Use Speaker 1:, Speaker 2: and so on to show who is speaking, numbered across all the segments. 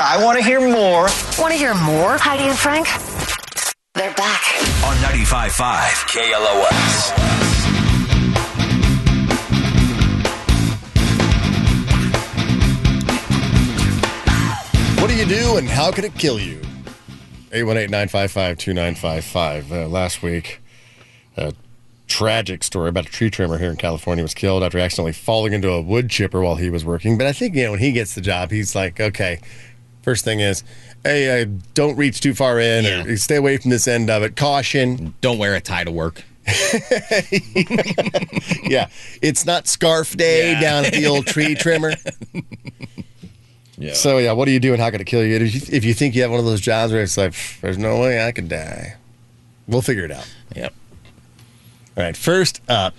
Speaker 1: I want to hear more.
Speaker 2: Want to hear more, Heidi and Frank? They're back.
Speaker 3: on 95.5 KLOS.
Speaker 4: What do you do and how could it kill you? 818 955 2955. Uh, Last week, a tragic story about a tree trimmer here in California was killed after accidentally falling into a wood chipper while he was working. But I think, you know, when he gets the job, he's like, okay, first thing is, hey, uh, don't reach too far in
Speaker 5: Yeah.
Speaker 4: or stay away from this end of it. Caution.
Speaker 5: Don't wear a tie to work.
Speaker 4: yeah. It's not scarf day
Speaker 5: Yeah.
Speaker 4: down at the old tree trimmer.
Speaker 5: Yeah.
Speaker 4: So yeah, what do you do and how could it kill you? If you, if you think you have one of those jobs where it's like, "Pff, there's no way I could die, we'll figure it out.
Speaker 5: Yep.
Speaker 4: All right, first up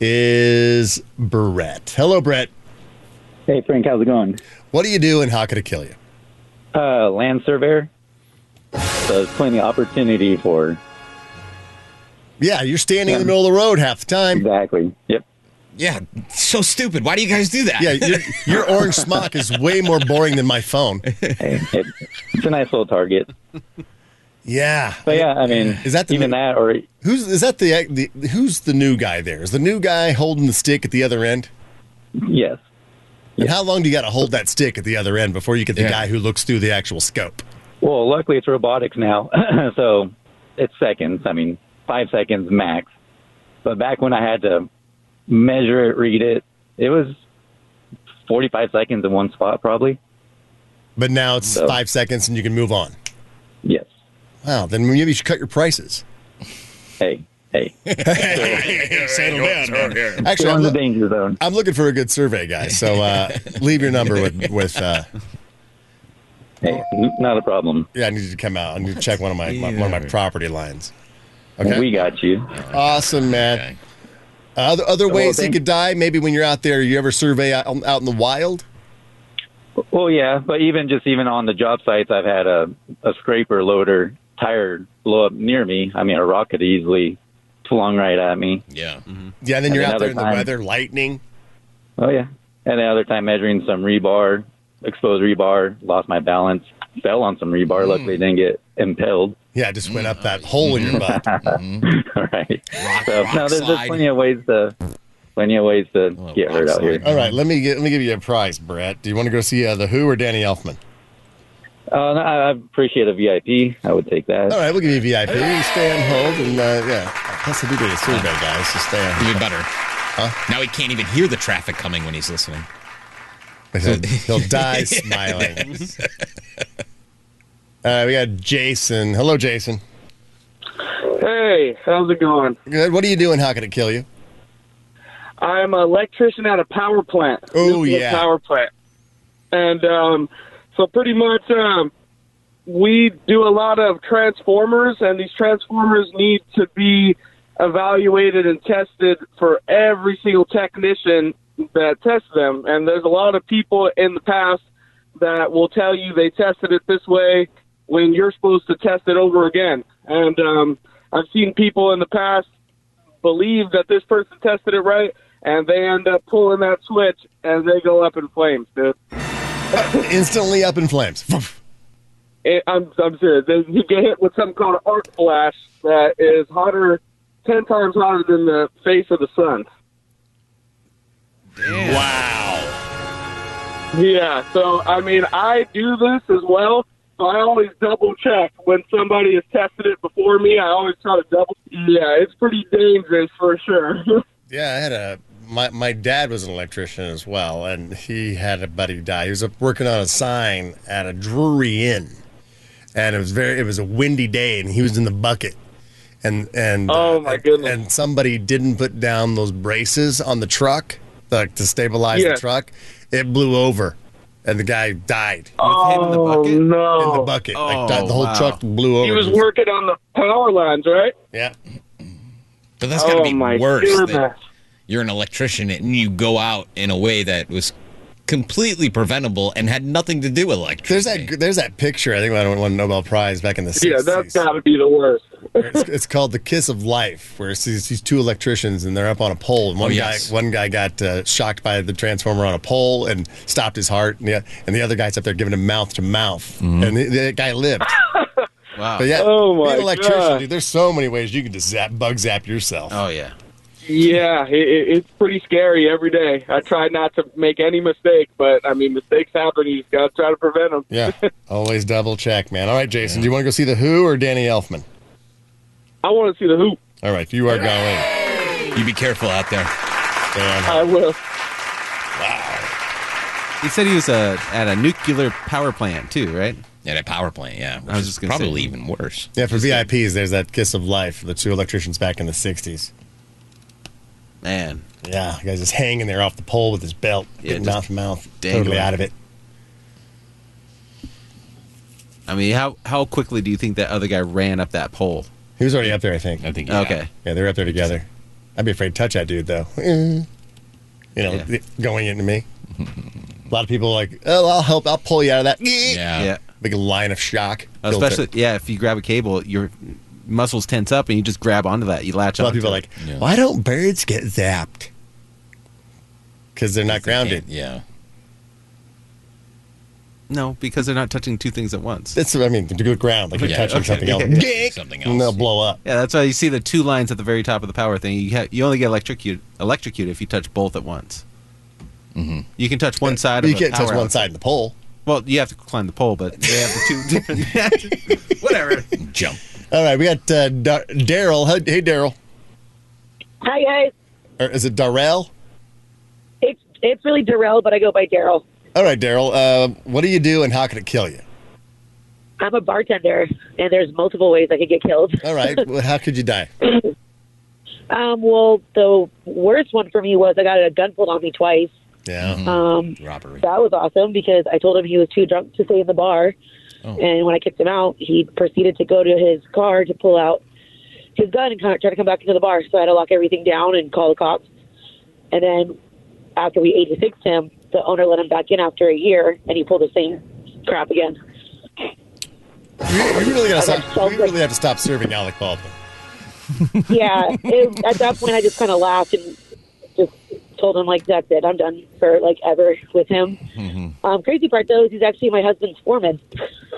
Speaker 4: is Brett. Hello, Brett.
Speaker 6: Hey Frank, how's it going?
Speaker 4: What do you do and how could it kill you?
Speaker 6: Uh, land surveyor. So there's plenty of opportunity for
Speaker 4: Yeah, you're standing in the middle of the road half the time.
Speaker 6: exactly. Yep.
Speaker 5: Yeah. So stupid. Why do you guys do that?
Speaker 4: Yeah, your, your orange smock is way more boring than my phone.
Speaker 6: Hey, it, it's a nice little target.
Speaker 4: Yeah.
Speaker 6: But yeah, I mean,
Speaker 4: Is that the
Speaker 6: even
Speaker 4: new-
Speaker 6: that or
Speaker 4: Who's is that the, the who's the new guy there? Is the new guy holding the stick at the other end?
Speaker 6: yes,
Speaker 4: And how long do you got to hold that stick at the other end before you get the
Speaker 5: Yeah.
Speaker 4: guy who looks through the actual scope?
Speaker 6: Well, luckily it's robotics now, so it's seconds. I mean, five seconds max. But back when I had to measure it, read it, it was 45 seconds in one spot, probably.
Speaker 4: But now it's
Speaker 6: So-
Speaker 4: five seconds and you can move on.
Speaker 6: Yes.
Speaker 4: Wow, then maybe you should cut your prices.
Speaker 6: Hey, hey.
Speaker 4: Actually,
Speaker 6: Still
Speaker 4: I'm,
Speaker 6: in the
Speaker 4: loo-
Speaker 6: danger zone.
Speaker 4: I'm looking for a good survey guy, so uh, leave your number with with. Uh,
Speaker 6: Hey, n- not a problem.
Speaker 4: yeah, I need you to come out. I need to check one of my, my one of my property lines. Okay,
Speaker 6: We got you.
Speaker 4: awesome, man. Uh,
Speaker 5: Okay.
Speaker 4: Other other
Speaker 6: Well,
Speaker 4: ways he
Speaker 6: thank-
Speaker 4: could die. Maybe when you're out there, you ever survey out, out in the wild?
Speaker 6: Well, yeah, but even just even on the job sites, I've had a, a scraper loader tire blow up near me. I mean, a rock could easily flung right at me.
Speaker 5: Yeah.
Speaker 4: Yeah, then
Speaker 6: And
Speaker 4: you're out
Speaker 6: another
Speaker 4: there in the
Speaker 6: time.
Speaker 4: weather, lightning.
Speaker 6: Oh yeah. And the other time measuring some rebar, exposed rebar, lost my balance, fell on some
Speaker 4: Mm.
Speaker 6: rebar. Luckily didn't get impaled.
Speaker 4: Yeah, I just went up that hole in your butt.
Speaker 6: All right.
Speaker 5: Rock-
Speaker 6: so
Speaker 5: rock
Speaker 6: no, there's
Speaker 5: slide.
Speaker 6: just plenty of ways to plenty of ways to
Speaker 5: Well,
Speaker 6: get hurt
Speaker 5: rock
Speaker 6: out here.
Speaker 4: Oh, All right, let me get, let me give you a prize, Brett. Do you want to go see uh, the Who or Danny Elfman?
Speaker 6: Uh, no, I I appreciate a VIP. I would take that.
Speaker 4: All right, we'll give you VIP. You stay on hold, and uh, yeah, plus I do get a survey guy, so stay on.
Speaker 5: Even better. Now he can't even hear the traffic coming when he's listening.
Speaker 4: He'll, he'll die smiling. All right, we got Jason. Hello, Jason.
Speaker 7: Hey, how's it going?
Speaker 4: Good. What are you doing? How can it kill you?
Speaker 7: I'm an electrician at a power plant.
Speaker 4: Oh,
Speaker 7: nuclear
Speaker 4: yeah.
Speaker 7: power plant. And um, so pretty much um, we do a lot of transformers, and these transformers need to be evaluated and tested for every single technician that tests them. And there's a lot of people in the past that will tell you they tested it this way when you're supposed to test it over again. And um, I've seen people in the past believe that this person tested it right, and they end up pulling that switch, and they go up in flames, dude.
Speaker 4: Instantly up in flames.
Speaker 7: It, I'm, I'm serious. They- You get hit with something called an arc flash that is hotter, 10 times hotter than the face of the sun.
Speaker 4: Wow.
Speaker 7: Yeah, so, I mean, I do this as well. So I always double check when somebody has tested it before me. I always try to double. Yeah, it's pretty dangerous for sure.
Speaker 4: Yeah, I had a my my dad was an electrician as well, and he had a buddy die. He was up working on a sign at a Drury Inn, and it was very it was a windy day, and he was in the bucket. And and uh,
Speaker 7: Oh, my
Speaker 4: and-
Speaker 7: goodness.
Speaker 4: And somebody didn't put down those braces on the truck, like to stabilize
Speaker 7: Yeah.
Speaker 4: the truck. It blew over, and the guy died.
Speaker 5: him in the
Speaker 7: oh,
Speaker 5: bucket?
Speaker 7: no.
Speaker 4: in the bucket. like,
Speaker 5: Oh,
Speaker 4: the whole
Speaker 5: wow.
Speaker 4: truck blew over.
Speaker 7: He was working on the power lines, right?
Speaker 4: Yeah.
Speaker 5: But that's gotta
Speaker 7: oh,
Speaker 5: be
Speaker 7: my
Speaker 5: worse. that
Speaker 7: goodness.
Speaker 5: you're an electrician and you go out in a way that was completely preventable and had nothing to do with
Speaker 4: There's
Speaker 5: electricity.
Speaker 4: that. There's that picture. I think I won a Nobel Prize back in the 60s.
Speaker 7: Yeah, that's got to be the worst.
Speaker 4: it's, it's called the Kiss of Life, where it's these, these two electricians and they're up on a pole. And one
Speaker 5: Oh, yes.
Speaker 4: guy, one guy got uh, shocked by the transformer on a pole and stopped his heart, and the, and the other guy's up there giving him mouth to mouth,
Speaker 5: Mm-hmm.
Speaker 4: and the, the guy lived.
Speaker 1: Wow.
Speaker 4: But yeah,
Speaker 7: Oh,
Speaker 4: being an
Speaker 7: my
Speaker 4: electrician,
Speaker 7: God.
Speaker 4: dude, there's so many ways you can just zap, bug zap yourself.
Speaker 1: Oh yeah.
Speaker 7: Yeah, it, it, it's pretty scary every day. I try not to make any mistake, but I mean, mistakes happen. You just got to try to prevent them.
Speaker 4: Yeah, always double check, man. All right, Jason, do you want to go see the Who or Danny Elfman?
Speaker 7: I want to see the hoop.
Speaker 4: All right, you are going.
Speaker 5: You be careful out there.
Speaker 4: Dan.
Speaker 7: I will.
Speaker 1: He said he was uh, at a nuclear power plant too, right?
Speaker 5: At a power plant, yeah. Which
Speaker 1: was
Speaker 5: is
Speaker 1: just gonna
Speaker 5: probably
Speaker 1: say-
Speaker 5: even worse.
Speaker 4: Yeah, for VIPs, there's that Kiss of Life, the two electricians back in the '60s.
Speaker 1: Man.
Speaker 4: Yeah, the guy's just hanging there off the pole with his belt,
Speaker 1: Yeah,
Speaker 4: getting
Speaker 1: just
Speaker 4: mouth to mouth, totally
Speaker 1: dangling.
Speaker 4: out of it.
Speaker 1: I mean, how how quickly do you think that other guy ran up that pole?
Speaker 4: He was already up there, I think.
Speaker 5: I think. yeah.
Speaker 1: Okay.
Speaker 4: Yeah, they're up there together. I'd be afraid to touch that dude though. Eh. You know,
Speaker 1: Yeah.
Speaker 4: th- going into me. A lot of people are like, oh, I'll help. I'll pull you out of that.
Speaker 5: Yeah.
Speaker 1: yeah.
Speaker 4: Big line of shock. built
Speaker 1: Especially
Speaker 4: up.
Speaker 1: yeah, if you grab a cable, your muscles tense up and you just grab onto that. You latch
Speaker 4: a
Speaker 1: on.
Speaker 4: lot of people are like,
Speaker 5: Yeah.
Speaker 4: why don't birds get zapped? Because they're not grounded.
Speaker 5: Yeah.
Speaker 1: no, because they're not touching two things at once.
Speaker 4: That's what I mean. To go ground, like you're
Speaker 5: Yeah,
Speaker 4: touching
Speaker 5: okay.
Speaker 4: something else.
Speaker 5: Yeah.
Speaker 4: Gink!
Speaker 5: Something
Speaker 4: And they'll
Speaker 5: else.
Speaker 4: blow up.
Speaker 1: Yeah, that's why you see the two lines at the very top of the power thing. You ha- you only get electrocuted electrocuted if you touch both at once. Mm-hmm. You can touch one side.
Speaker 4: But you
Speaker 1: of a
Speaker 4: can't touch
Speaker 1: power
Speaker 4: one
Speaker 1: outlet.
Speaker 4: side of the pole.
Speaker 1: Well, you have to climb the pole, but they have the two different. Whatever.
Speaker 5: Jump.
Speaker 4: All right, we got uh, Dar- Daryl. Hey, hey, Daryl.
Speaker 8: Hi guys,
Speaker 4: Or is it Darrell?
Speaker 8: it's it's really Darrell, but I go by Daryl.
Speaker 4: All right, Daryl. Uh, what do you do, and how can it kill you?
Speaker 8: I'm a bartender, and there's multiple ways I could get killed.
Speaker 4: All right. well, how could you die?
Speaker 8: Um, well, the worst one for me was I got a gun pulled on me twice.
Speaker 4: Yeah.
Speaker 8: Um,
Speaker 5: Robbery.
Speaker 8: that was awesome because I told him he was too drunk to stay in the bar,
Speaker 5: Oh.
Speaker 8: and when I kicked him out, he proceeded to go to his car to pull out his gun and kind of try to come back into the bar. So I had to lock everything down and call the cops. And then after we 86 him, the owner let him back in after a year, and he pulled the same crap again.
Speaker 5: Mm-hmm.
Speaker 4: You, you really gotta
Speaker 8: I got
Speaker 4: stop.
Speaker 8: so
Speaker 4: You
Speaker 8: good.
Speaker 4: really have to stop serving Alec Baldwin.
Speaker 8: yeah, it, at that point, I just kind of laughed and just told him like that's it. I'm done for like ever with him. Um, crazy part though is he's actually my husband's foreman.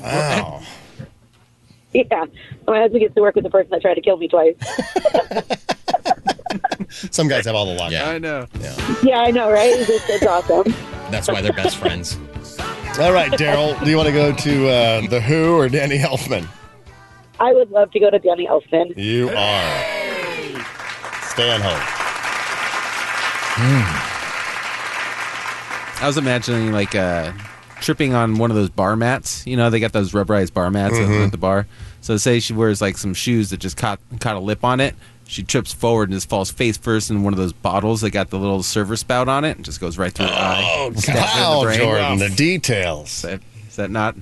Speaker 4: Wow.
Speaker 8: yeah, my husband gets to work with the person that tried to kill me twice.
Speaker 4: Some guys have all the luck.
Speaker 5: Yeah.
Speaker 1: know.
Speaker 8: yeah, I know, right? It's, just, it's awesome.
Speaker 5: That's why they're best friends.
Speaker 4: All right, Daryl. Do you want to go to uh, the Who or Danny Elfman?
Speaker 8: I would love to go to Danny Elfman.
Speaker 4: You are. Stay on hold.
Speaker 1: Hmm. I was imagining like uh, tripping on one of those bar mats. You know, they got those rubberized bar mats at-
Speaker 4: Mm-hmm.
Speaker 1: at the bar. So say she wears like some shoes that just caught caught a lip on it. She trips forward and just falls face first in one of those bottles that got the little server spout on it and just goes right through her eye. Stabs her in the
Speaker 4: Wow,
Speaker 1: brain.
Speaker 4: Oh, Jordan. The details.
Speaker 1: Is that- is that not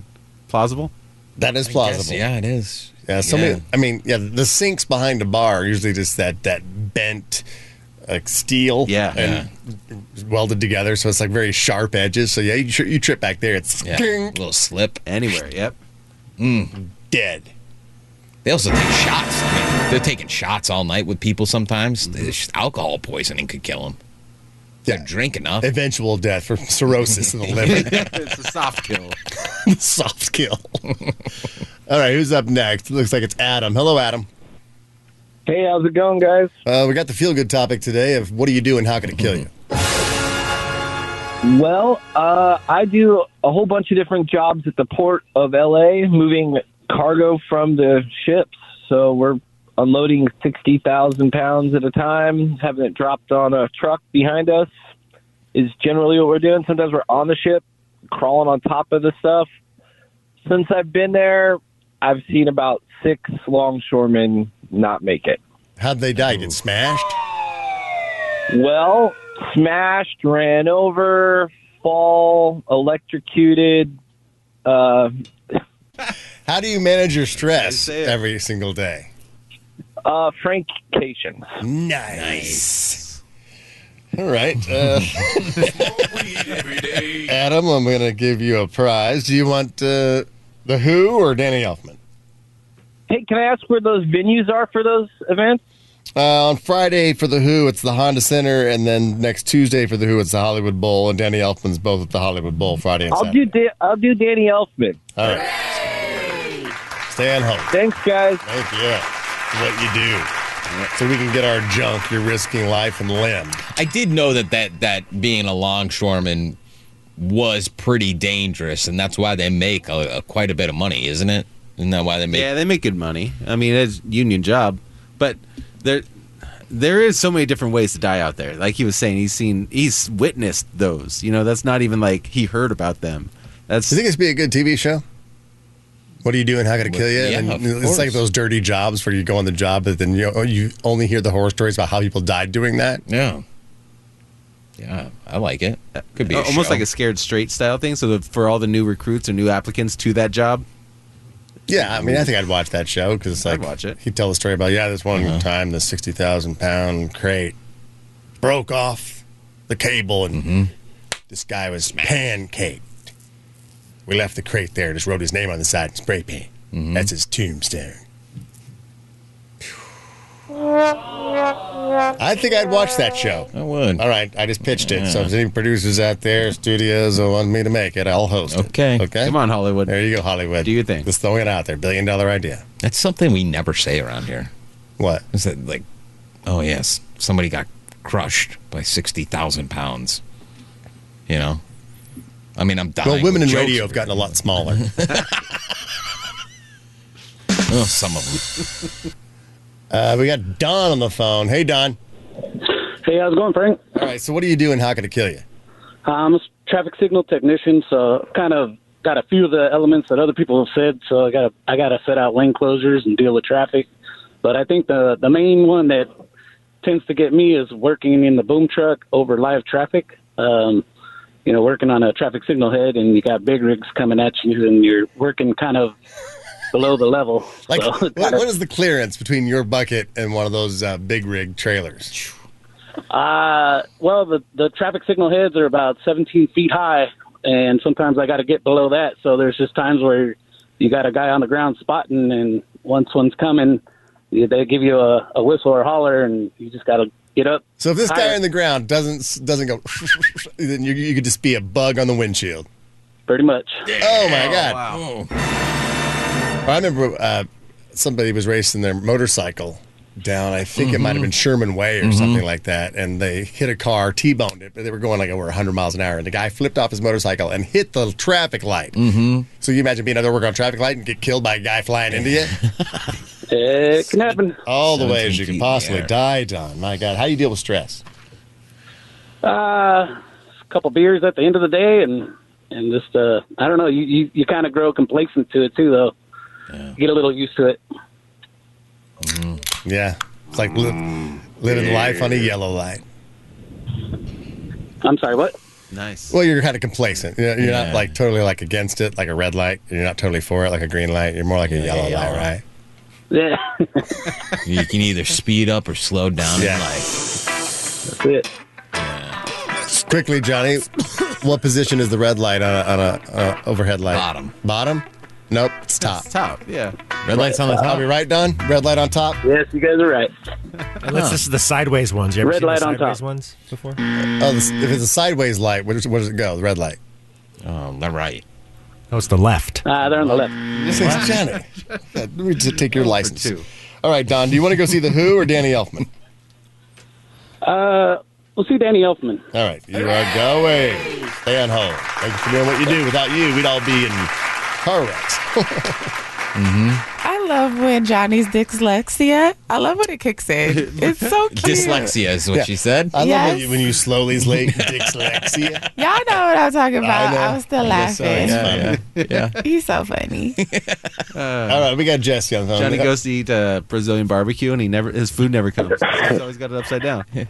Speaker 1: plausible?
Speaker 4: That is plausible.
Speaker 5: yeah, it is.
Speaker 4: Yeah, so
Speaker 5: Yeah.
Speaker 4: many- I mean, yeah, the sinks behind the bar are usually just that that bent like steel,
Speaker 1: Yeah.
Speaker 4: and welded together, so it's like very sharp edges. So yeah, you, tri- you trip back there, it's
Speaker 5: Yeah.
Speaker 4: ding,
Speaker 5: little slip.
Speaker 1: Anywhere, yep.
Speaker 5: Mm.
Speaker 4: dead.
Speaker 5: They also take shots. I mean, they're taking shots all night with people sometimes.
Speaker 1: Mm-hmm.
Speaker 5: This Alcohol poisoning could kill them.
Speaker 4: Yeah,
Speaker 5: They're drinking up.
Speaker 4: eventual death from cirrhosis in the liver,
Speaker 1: it's a soft kill.
Speaker 4: soft kill. All right, who's up next? looks like it's Adam. Hello, Adam.
Speaker 7: Hey, how's it going, guys?
Speaker 4: Uh, we got the feel good topic today of what do you do and how can it kill you?
Speaker 7: Well, uh, I do a whole bunch of different jobs at the port of LA, moving cargo from the ships. So we're unloading 60,000 pounds at a time, having it dropped on a truck behind us is generally what we're doing. Sometimes we're on the ship, crawling on top of the stuff. Since I've been there, I've seen about six longshoremen not make it.
Speaker 4: How'd they die? Get smashed?
Speaker 7: Well, smashed, ran over, fall, electrocuted. Uh,
Speaker 4: How do you manage your stress
Speaker 1: say it.
Speaker 4: every single day?
Speaker 7: uh, Frankcation.
Speaker 4: Nice. All right. Uh, Adam, I'm going to give you a prize. Do you want uh, The Who or Danny Elfman?
Speaker 9: Hey, can I ask where those venues are for those events?
Speaker 4: Uh, on Friday for the Who, it's the Honda Center, and then next Tuesday for the Who, it's the Hollywood Bowl, and Danny Elfman's both at the Hollywood Bowl Friday and
Speaker 9: I'll
Speaker 4: Saturday.
Speaker 9: do da- I'll do Danny Elfman.
Speaker 4: All right, stay on home.
Speaker 9: Thanks, guys.
Speaker 4: Thank you. It's What you do, so we can get our junk. You're risking life and limb.
Speaker 5: I did know that that that being a longshoreman was pretty dangerous, and that's why they make a, a, quite a bit of money, isn't it? Isn't that why they make?
Speaker 1: Yeah, they make good money. I mean, it's union job, but there there is so many different ways to die out there. Like he was saying, he's seen, he's witnessed those. You know, that's not even like he heard about them. That's
Speaker 4: Do you think this would be a good TV show? What are you doing? How could it kill you?
Speaker 5: Yeah,
Speaker 4: And
Speaker 5: of
Speaker 4: it's like
Speaker 5: course.
Speaker 4: those dirty jobs where you go on the job, but then you oh, you only hear the horror stories about how people died doing that.
Speaker 5: Yeah, yeah, I like it. Could be a
Speaker 1: almost
Speaker 5: show.
Speaker 1: like a scared straight style thing. So that for all the new recruits or new applicants to that job,
Speaker 4: Yeah, I mean, I think I'd watch that show because it's like
Speaker 1: I'd watch it.
Speaker 4: He'd tell the story about yeah, this one time the sixty thousand pound crate broke off the cable, and this guy was pancaked. We left the crate there, just wrote his name on the side in spray paint. That's his tombstone. I think I'd watch that show.
Speaker 5: I would.
Speaker 4: All right, I just pitched it. So if there's any producers out there, studios that want me to make it, I'll host it.
Speaker 5: Okay.
Speaker 4: Okay.
Speaker 1: come on, Hollywood.
Speaker 4: There you go, Hollywood.
Speaker 1: Do your thing.
Speaker 4: Just throwing it out there. Billion dollar idea.
Speaker 5: That's something we never say around here.
Speaker 4: What?
Speaker 5: Is that like, oh yes, somebody got crushed by sixty thousand pounds? You know, I mean, I'm dying.
Speaker 4: Well, women
Speaker 5: with
Speaker 4: in
Speaker 5: jokes.
Speaker 4: radio have gotten a lot smaller.
Speaker 5: Oh, some of them.
Speaker 4: uh, we got Don on the phone. Hey, Don.
Speaker 10: Hey, how's it going, Frank?
Speaker 4: All right, so what do you do and how can it kill you?
Speaker 10: Uh, I'm a traffic signal technician, so I've kind of got a few of the elements that other people have said. So I got to I got to set out lane closures and deal with traffic. But I think the the main one that tends to get me is working in the boom truck over live traffic. Um, you know, working on a traffic signal head, and you got big rigs coming at you, and you're working kind of below the level.
Speaker 4: Like,
Speaker 10: so,
Speaker 4: what, what is the clearance between your bucket and one of those uh, big rig trailers?
Speaker 10: Uh, well, the the traffic signal heads are about 17 feet high, and sometimes I got to get below that. So there's just times where you got a guy on the ground spotting, and once one's coming, you- they give you a, a whistle or holler, and you just got to get up.
Speaker 4: So if this guy
Speaker 10: higher.
Speaker 4: in the ground doesn't doesn't go, then you, you could just be a bug on the windshield.
Speaker 10: pretty much.
Speaker 4: Oh my god!
Speaker 5: Oh,
Speaker 4: I remember uh, somebody was racing their motorcycle down. I think it might
Speaker 10: Mm-hmm.
Speaker 4: have been Sherman Way or something like that, and they hit a car, T-boned it, but they were going like over 100 miles an hour, and the guy flipped off his motorcycle and hit the traffic light. Mm-hmm. So you imagine being out there working on a traffic light and get killed by a guy flying into you
Speaker 10: It can happen.
Speaker 4: all the ways
Speaker 5: 17
Speaker 4: you
Speaker 5: feet
Speaker 4: can possibly
Speaker 5: in the
Speaker 4: die, Don. My God, how do you deal with stress?
Speaker 10: Uh, a couple beers at the end of the day, and and just uh, I don't know. You you, you kind of grow complacent to it too, though. You Get a little used to it.
Speaker 4: Yeah, it's like li- living life on a yellow light.
Speaker 10: I'm sorry. What?
Speaker 1: Nice.
Speaker 4: Well, you're kind of complacent. You're, you're
Speaker 5: Yeah.
Speaker 4: not like totally like against it, like a red light. You're not totally for it, like a green light. You're more like a yellow
Speaker 5: yellow
Speaker 4: light,
Speaker 5: light.
Speaker 4: right?
Speaker 10: Yeah,
Speaker 5: you can either speed up or slow down
Speaker 4: Yeah.
Speaker 5: in life.
Speaker 10: that's it.
Speaker 4: Quickly, Johnny, what position is the red light on a, on a uh, overhead light?
Speaker 5: Bottom.
Speaker 4: Bottom? Nope. It's top.
Speaker 1: Top, yeah.
Speaker 4: Red light's on the top. I'll be right, Don. Red light on top.
Speaker 10: Yes, you guys are right.
Speaker 11: Unless this is the sideways ones. You ever
Speaker 10: Red
Speaker 11: seen
Speaker 10: light
Speaker 11: the
Speaker 10: on
Speaker 11: sideways
Speaker 10: top.
Speaker 11: ones before?
Speaker 4: Oh, this, if it's a sideways light, where does, where does it go? The red light.
Speaker 5: Oh, left, right.
Speaker 11: No, it's the left.
Speaker 10: Uh, they're on the left.
Speaker 4: This is Johnny. Let me just take your license.
Speaker 1: two.
Speaker 4: All right, Don. Do you want to go see the Who or Danny Elfman?
Speaker 10: We'll see Uh, Danny Elfman.
Speaker 4: All right, you are going. Stay on hold. Thank you for doing what you do. Without you, we'd all be in car wrecks.
Speaker 5: Mm-hmm.
Speaker 12: I love when Johnny's dyslexia. I love when it kicks in. It's so cute.
Speaker 5: Dyslexia is what
Speaker 4: Yeah.
Speaker 5: she said.
Speaker 4: I love when
Speaker 12: Yes.
Speaker 4: you, when you slowly slay dyslexia.
Speaker 12: Y'all know what I'm talking about.
Speaker 4: know.
Speaker 12: I, was still
Speaker 4: I'm just
Speaker 5: oh,
Speaker 4: sorry.
Speaker 12: laughing.
Speaker 4: It's funny.
Speaker 12: He's so funny.
Speaker 4: All right, we got Jesse on the phone.
Speaker 1: Uh, Johnny goes to eat uh, Brazilian barbecue, and he never his food never comes. He's always got it upside down.
Speaker 7: Hey,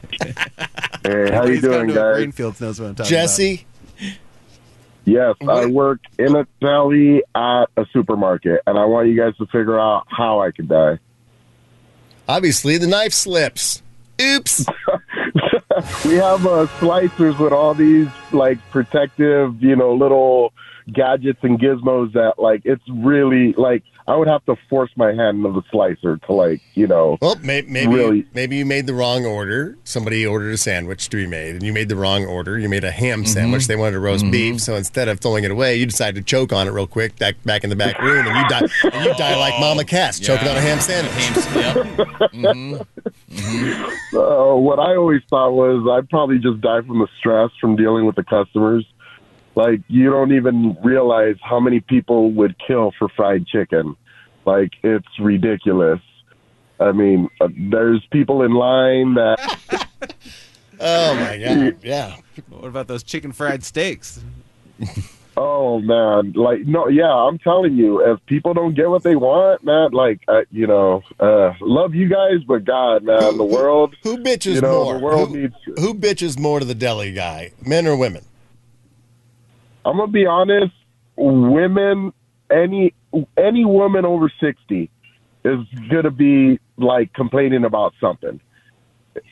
Speaker 7: how you
Speaker 1: He's gone
Speaker 7: doing,
Speaker 1: to a
Speaker 7: guys?
Speaker 1: Greenfield knows what I'm talking
Speaker 4: Jesse.
Speaker 7: Yes, I
Speaker 4: What-
Speaker 7: work in a deli at a supermarket, and I want you guys to figure out how I could die.
Speaker 4: Obviously, the knife slips. Oops.
Speaker 7: we have uh, slicers with all these like protective, you know, little
Speaker 13: gadgets and gizmos that like it's really like I would have to force my hand into the slicer to like you know.
Speaker 4: Well, may- maybe
Speaker 13: really.
Speaker 4: maybe you made the wrong order. Somebody ordered a sandwich to be made, and you made the wrong order. You made a ham sandwich. They wanted a roast beef, so instead of throwing it away, you decided to choke on it real quick back back in the back room, and you die and you die like Mama Cass choking on a ham sandwich.
Speaker 13: Uh, what I always thought was I'd probably just die from the stress from dealing with the customers. Like you don't even realize how many people would kill for fried chicken. Like it's ridiculous. I mean, uh, there's people in line that
Speaker 4: Oh my god! Yeah.
Speaker 1: What about those chicken fried steaks?
Speaker 13: Oh man, like no, yeah, I'm telling you, if people don't get what they want, man, like uh, you know, uh, love you guys, but God, man, the world,
Speaker 4: who bitches
Speaker 13: you know,
Speaker 4: more?
Speaker 13: The world
Speaker 4: who,
Speaker 13: needs.
Speaker 4: who bitches more to the deli guy, men or women?
Speaker 13: I'm gonna be honest, women, any any woman over sixty is gonna be like complaining about something.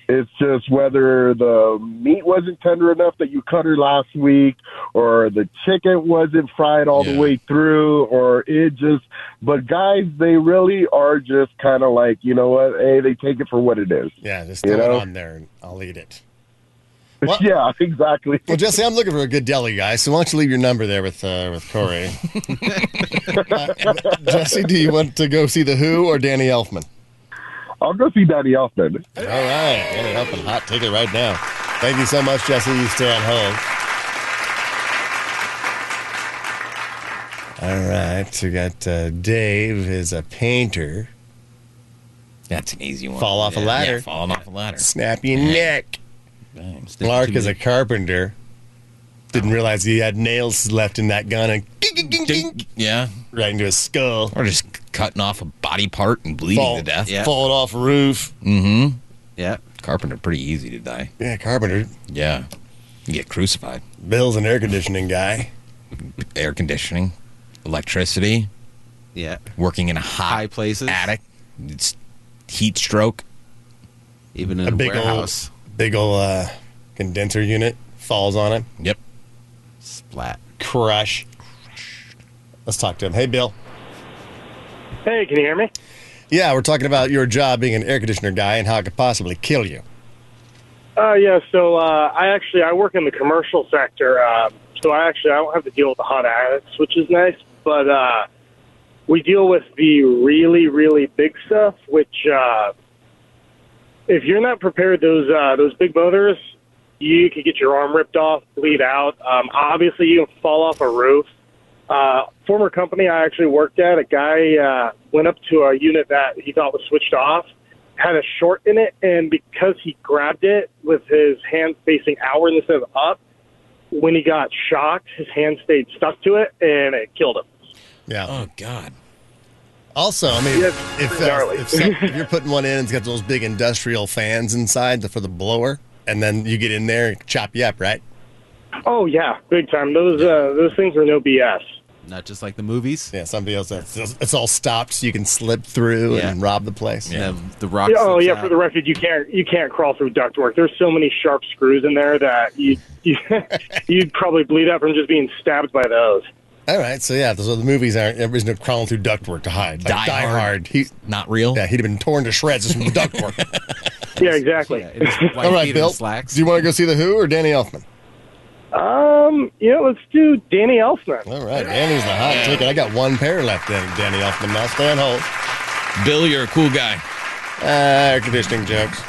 Speaker 13: It's just whether the meat wasn't tender enough that you cut her last week, or the chicken wasn't fried all the way through, or it just. But guys, they really are just kind of like, you know what? Hey, they take it for what it is.
Speaker 4: Yeah, just
Speaker 13: You
Speaker 4: throw
Speaker 13: know?
Speaker 4: it on there and I'll eat it.
Speaker 13: yeah, exactly.
Speaker 4: Well, Jesse, I'm looking for a good deli guy, so why don't you leave your number there with uh, with Corey? Uh, Jesse, do you want to go see the Who or Danny Elfman?
Speaker 13: I'll go see Danny Elfman.
Speaker 4: All right, Danny Elfman, hot ticket right now. Thank you so much, Jesse. You stay at home. All right, we got uh, Dave is a painter.
Speaker 5: That's an easy one.
Speaker 4: Fall off a
Speaker 5: Yeah,
Speaker 4: ladder.
Speaker 5: Yeah, falling off a ladder.
Speaker 4: Snap your neck. Clark is a carpenter.
Speaker 5: Oh.
Speaker 4: Didn't realize he had nails left in that gun and
Speaker 5: Yeah.
Speaker 4: Right into his skull.
Speaker 5: Or just cutting off a body part and bleeding
Speaker 4: Fall-
Speaker 5: to death.
Speaker 4: Yeah. falling off a roof.
Speaker 5: Mm hmm.
Speaker 1: Yeah.
Speaker 5: Carpenter, pretty easy to die.
Speaker 4: Yeah, carpenter.
Speaker 5: Yeah. You get crucified.
Speaker 4: Bill's an air conditioning guy.
Speaker 5: Air conditioning, electricity.
Speaker 1: Yeah.
Speaker 5: Working in a hot high
Speaker 1: places.
Speaker 5: Attic. It's heat stroke.
Speaker 1: Even
Speaker 4: a big old big old uh, condenser unit falls on it.
Speaker 5: Yep.
Speaker 1: Splat.
Speaker 4: Crush. Let's talk to him. Hey, Bill.
Speaker 14: Hey, can you hear me?
Speaker 4: Yeah, we're talking about your job being an air conditioner guy and how it could possibly kill you.
Speaker 14: Uh, yeah. So uh, I actually I work in the commercial sector, um, so I actually I don't have to deal with the hot addicts, which is nice. But uh, we deal with the really really big stuff, which uh, if you're not prepared, those uh, those big motors, you could get your arm ripped off, bleed out. Um, obviously, you can fall off a roof. Uh, former company I actually worked at, a guy uh, went up to a unit that he thought was switched off, had a short in it, and because he grabbed it with his hand facing outward instead of up, when he got shocked, his hand stayed stuck to it, and it killed him.
Speaker 4: Yeah. Oh
Speaker 5: God.
Speaker 4: Also, I mean, if, uh,
Speaker 14: gnarly.
Speaker 4: if, some, if you're putting one in, and it's got those big industrial fans inside for the blower, and then you get in there and chop you up, right?
Speaker 14: Oh yeah, big time. Those uh, those things are no BS.
Speaker 1: Not just like the movies.
Speaker 4: Yeah, somebody else. That's, it's all stopped, so you can slip through and rob the place.
Speaker 1: Yeah, the rock.
Speaker 14: oh yeah, for the record, you can't you can't crawl through ductwork. There's so many sharp screws in there that you, you you'd probably bleed out from just being stabbed by those.
Speaker 4: All right, so yeah, so the movies aren't. Everybody's no crawling through ductwork to hide. Like
Speaker 14: Die
Speaker 4: Die,
Speaker 14: Hard.
Speaker 4: Hard, he's
Speaker 5: not real.
Speaker 4: Yeah, he'd have been torn to shreds just from the ductwork.
Speaker 14: Yeah, exactly.
Speaker 4: all right, Bill, do you want to go see the Who or Danny Elfman?
Speaker 14: Um, you know, let's do Danny Elfman.
Speaker 4: All right, Danny's the hot ticket. I got one pair left. Then Danny Elfman now. Stay on hold.
Speaker 5: Bill, you're a cool guy.
Speaker 4: Uh, air conditioning jokes.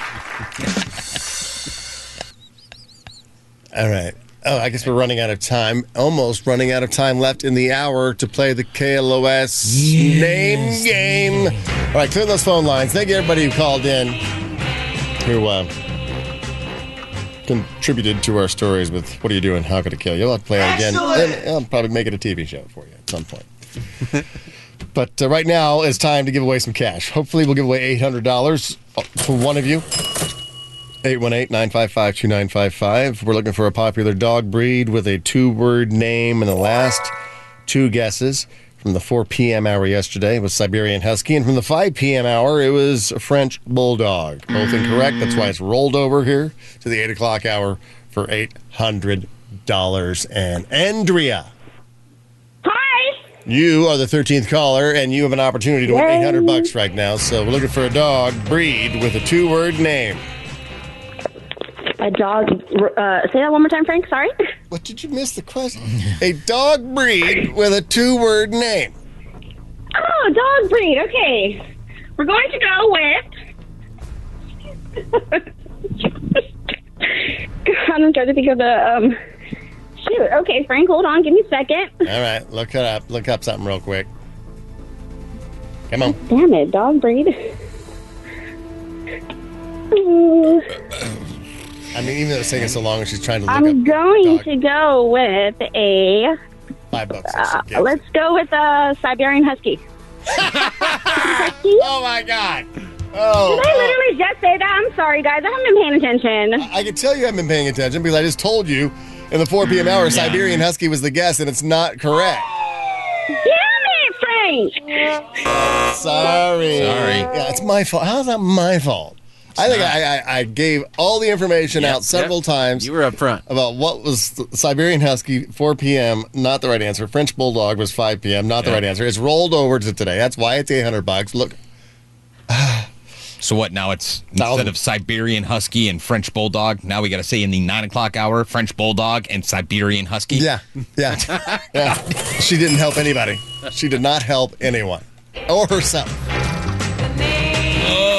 Speaker 4: All right. Oh, I guess we're running out of time. Almost running out of time left in the hour to play the KLOS name game. All right, clear those phone lines. Thank you, everybody who called in, who uh, contributed to our stories with "What are you doing? How could it kill you?" I'll play it again.
Speaker 15: Excellent.
Speaker 4: And I'll probably make it a TV show for you at some point. But uh, right now, it's time to give away some cash. Hopefully, we'll give away $800 to one of you. 818 955 2955. We're looking for a popular dog breed with a two word name and the last two guesses. From the 4 p.m. hour yesterday it was Siberian Husky, and from the 5 p.m. hour it was a French Bulldog. Both incorrect. That's why it's rolled over here to the 8 o'clock hour for $800. And Andrea You are the 13th caller, and you have an opportunity to win 800 bucks right now. So we're looking for a dog breed with a two word name.
Speaker 15: A dog. Uh, say that one more time, Frank. Sorry.
Speaker 4: What did you miss the question? A dog breed with a two word name.
Speaker 15: Oh, dog breed. Okay. We're going to go with. God, I'm trying to think of the. Um... Shoot. Okay, Frank, hold on. Give me a second.
Speaker 4: All right, look it up. Look up something real quick. Come on.
Speaker 15: Damn it, dog breed. Ooh,
Speaker 4: I mean, even though it's taking so long, she's trying to look
Speaker 15: I'm
Speaker 4: up
Speaker 15: going to go with a.
Speaker 4: five bucks.
Speaker 15: Uh, let's go with a Siberian Husky.
Speaker 4: Oh my God. Oh,
Speaker 15: Did I literally just say that? I'm sorry, guys. I haven't been paying attention.
Speaker 4: I can tell you haven't been paying attention because I just told you in the 4 p.m. hour, Siberian Husky was the guess, and it's not correct.
Speaker 15: Damn it, Frank!
Speaker 4: Sorry.
Speaker 5: Sorry.
Speaker 4: Yeah, it's my fault. How's that my fault? I think I, I, I gave all the information out several times. You
Speaker 1: were up front
Speaker 4: about what was the Siberian Husky 4 p.m. Not the right answer. French Bulldog was 5 p.m. Not the right answer. It's rolled over to today. That's why it's 800 bucks. Look,
Speaker 5: So what? Now it's instead of Siberian Husky and French Bulldog, now we got to say in the nine o'clock hour, French Bulldog and Siberian Husky.
Speaker 4: Yeah, yeah, yeah. She didn't help anybody. She did not help anyone or herself.
Speaker 5: Oh.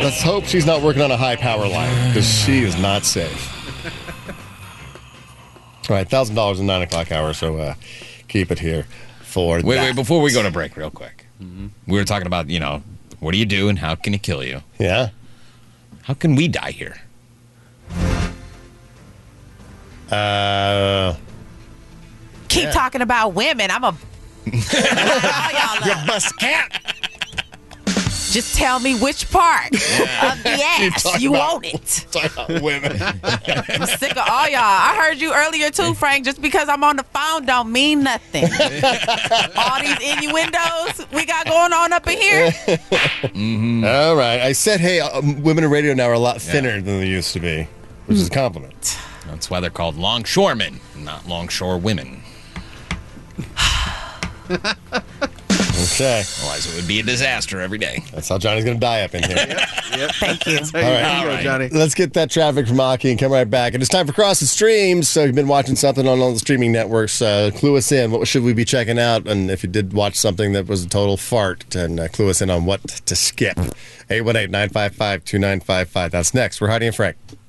Speaker 4: Let's hope she's not working on a high power line because she is not safe. All right, thousand dollars in nine o'clock hour. So uh, keep it here for
Speaker 5: Wait,
Speaker 4: that.
Speaker 5: wait. Before we go to break, real quick, we were talking about you know what do you do and how can it kill you?
Speaker 4: Yeah.
Speaker 5: How can we die here?
Speaker 4: Uh,
Speaker 12: Keep
Speaker 5: Yeah.
Speaker 12: talking about women. I'm a.
Speaker 4: you must can't.
Speaker 12: Just tell me which part of the
Speaker 4: Keep
Speaker 12: ass
Speaker 4: talking
Speaker 12: you
Speaker 4: about-
Speaker 12: want it.
Speaker 4: Talk about women.
Speaker 12: I'm sick of all y'all. I heard you earlier too, Frank. Just because I'm on the phone don't mean nothing. all these innuendos we got going on up in here.
Speaker 5: Mm-hmm.
Speaker 4: All right. I said, hey, um, women in radio now are a lot thinner than they used to be, which is a compliment.
Speaker 5: Hmm. That's why they're called longshoremen, not longshore women.
Speaker 4: Okay.
Speaker 5: Otherwise, it would be a disaster every day.
Speaker 4: That's how Johnny's going to die up in here.
Speaker 1: Yep.
Speaker 12: Thank you.
Speaker 4: All right.
Speaker 5: All right.
Speaker 4: Let's get that traffic from Aki and come right back. And it's time for Cross the Streams. So, if you've been watching something on all the streaming networks, uh, clue us in. What should we be checking out? And if you did watch something that was a total fart, then uh, clue us in on what to skip. 818 955 2955. That's next. We're Heidi and Frank.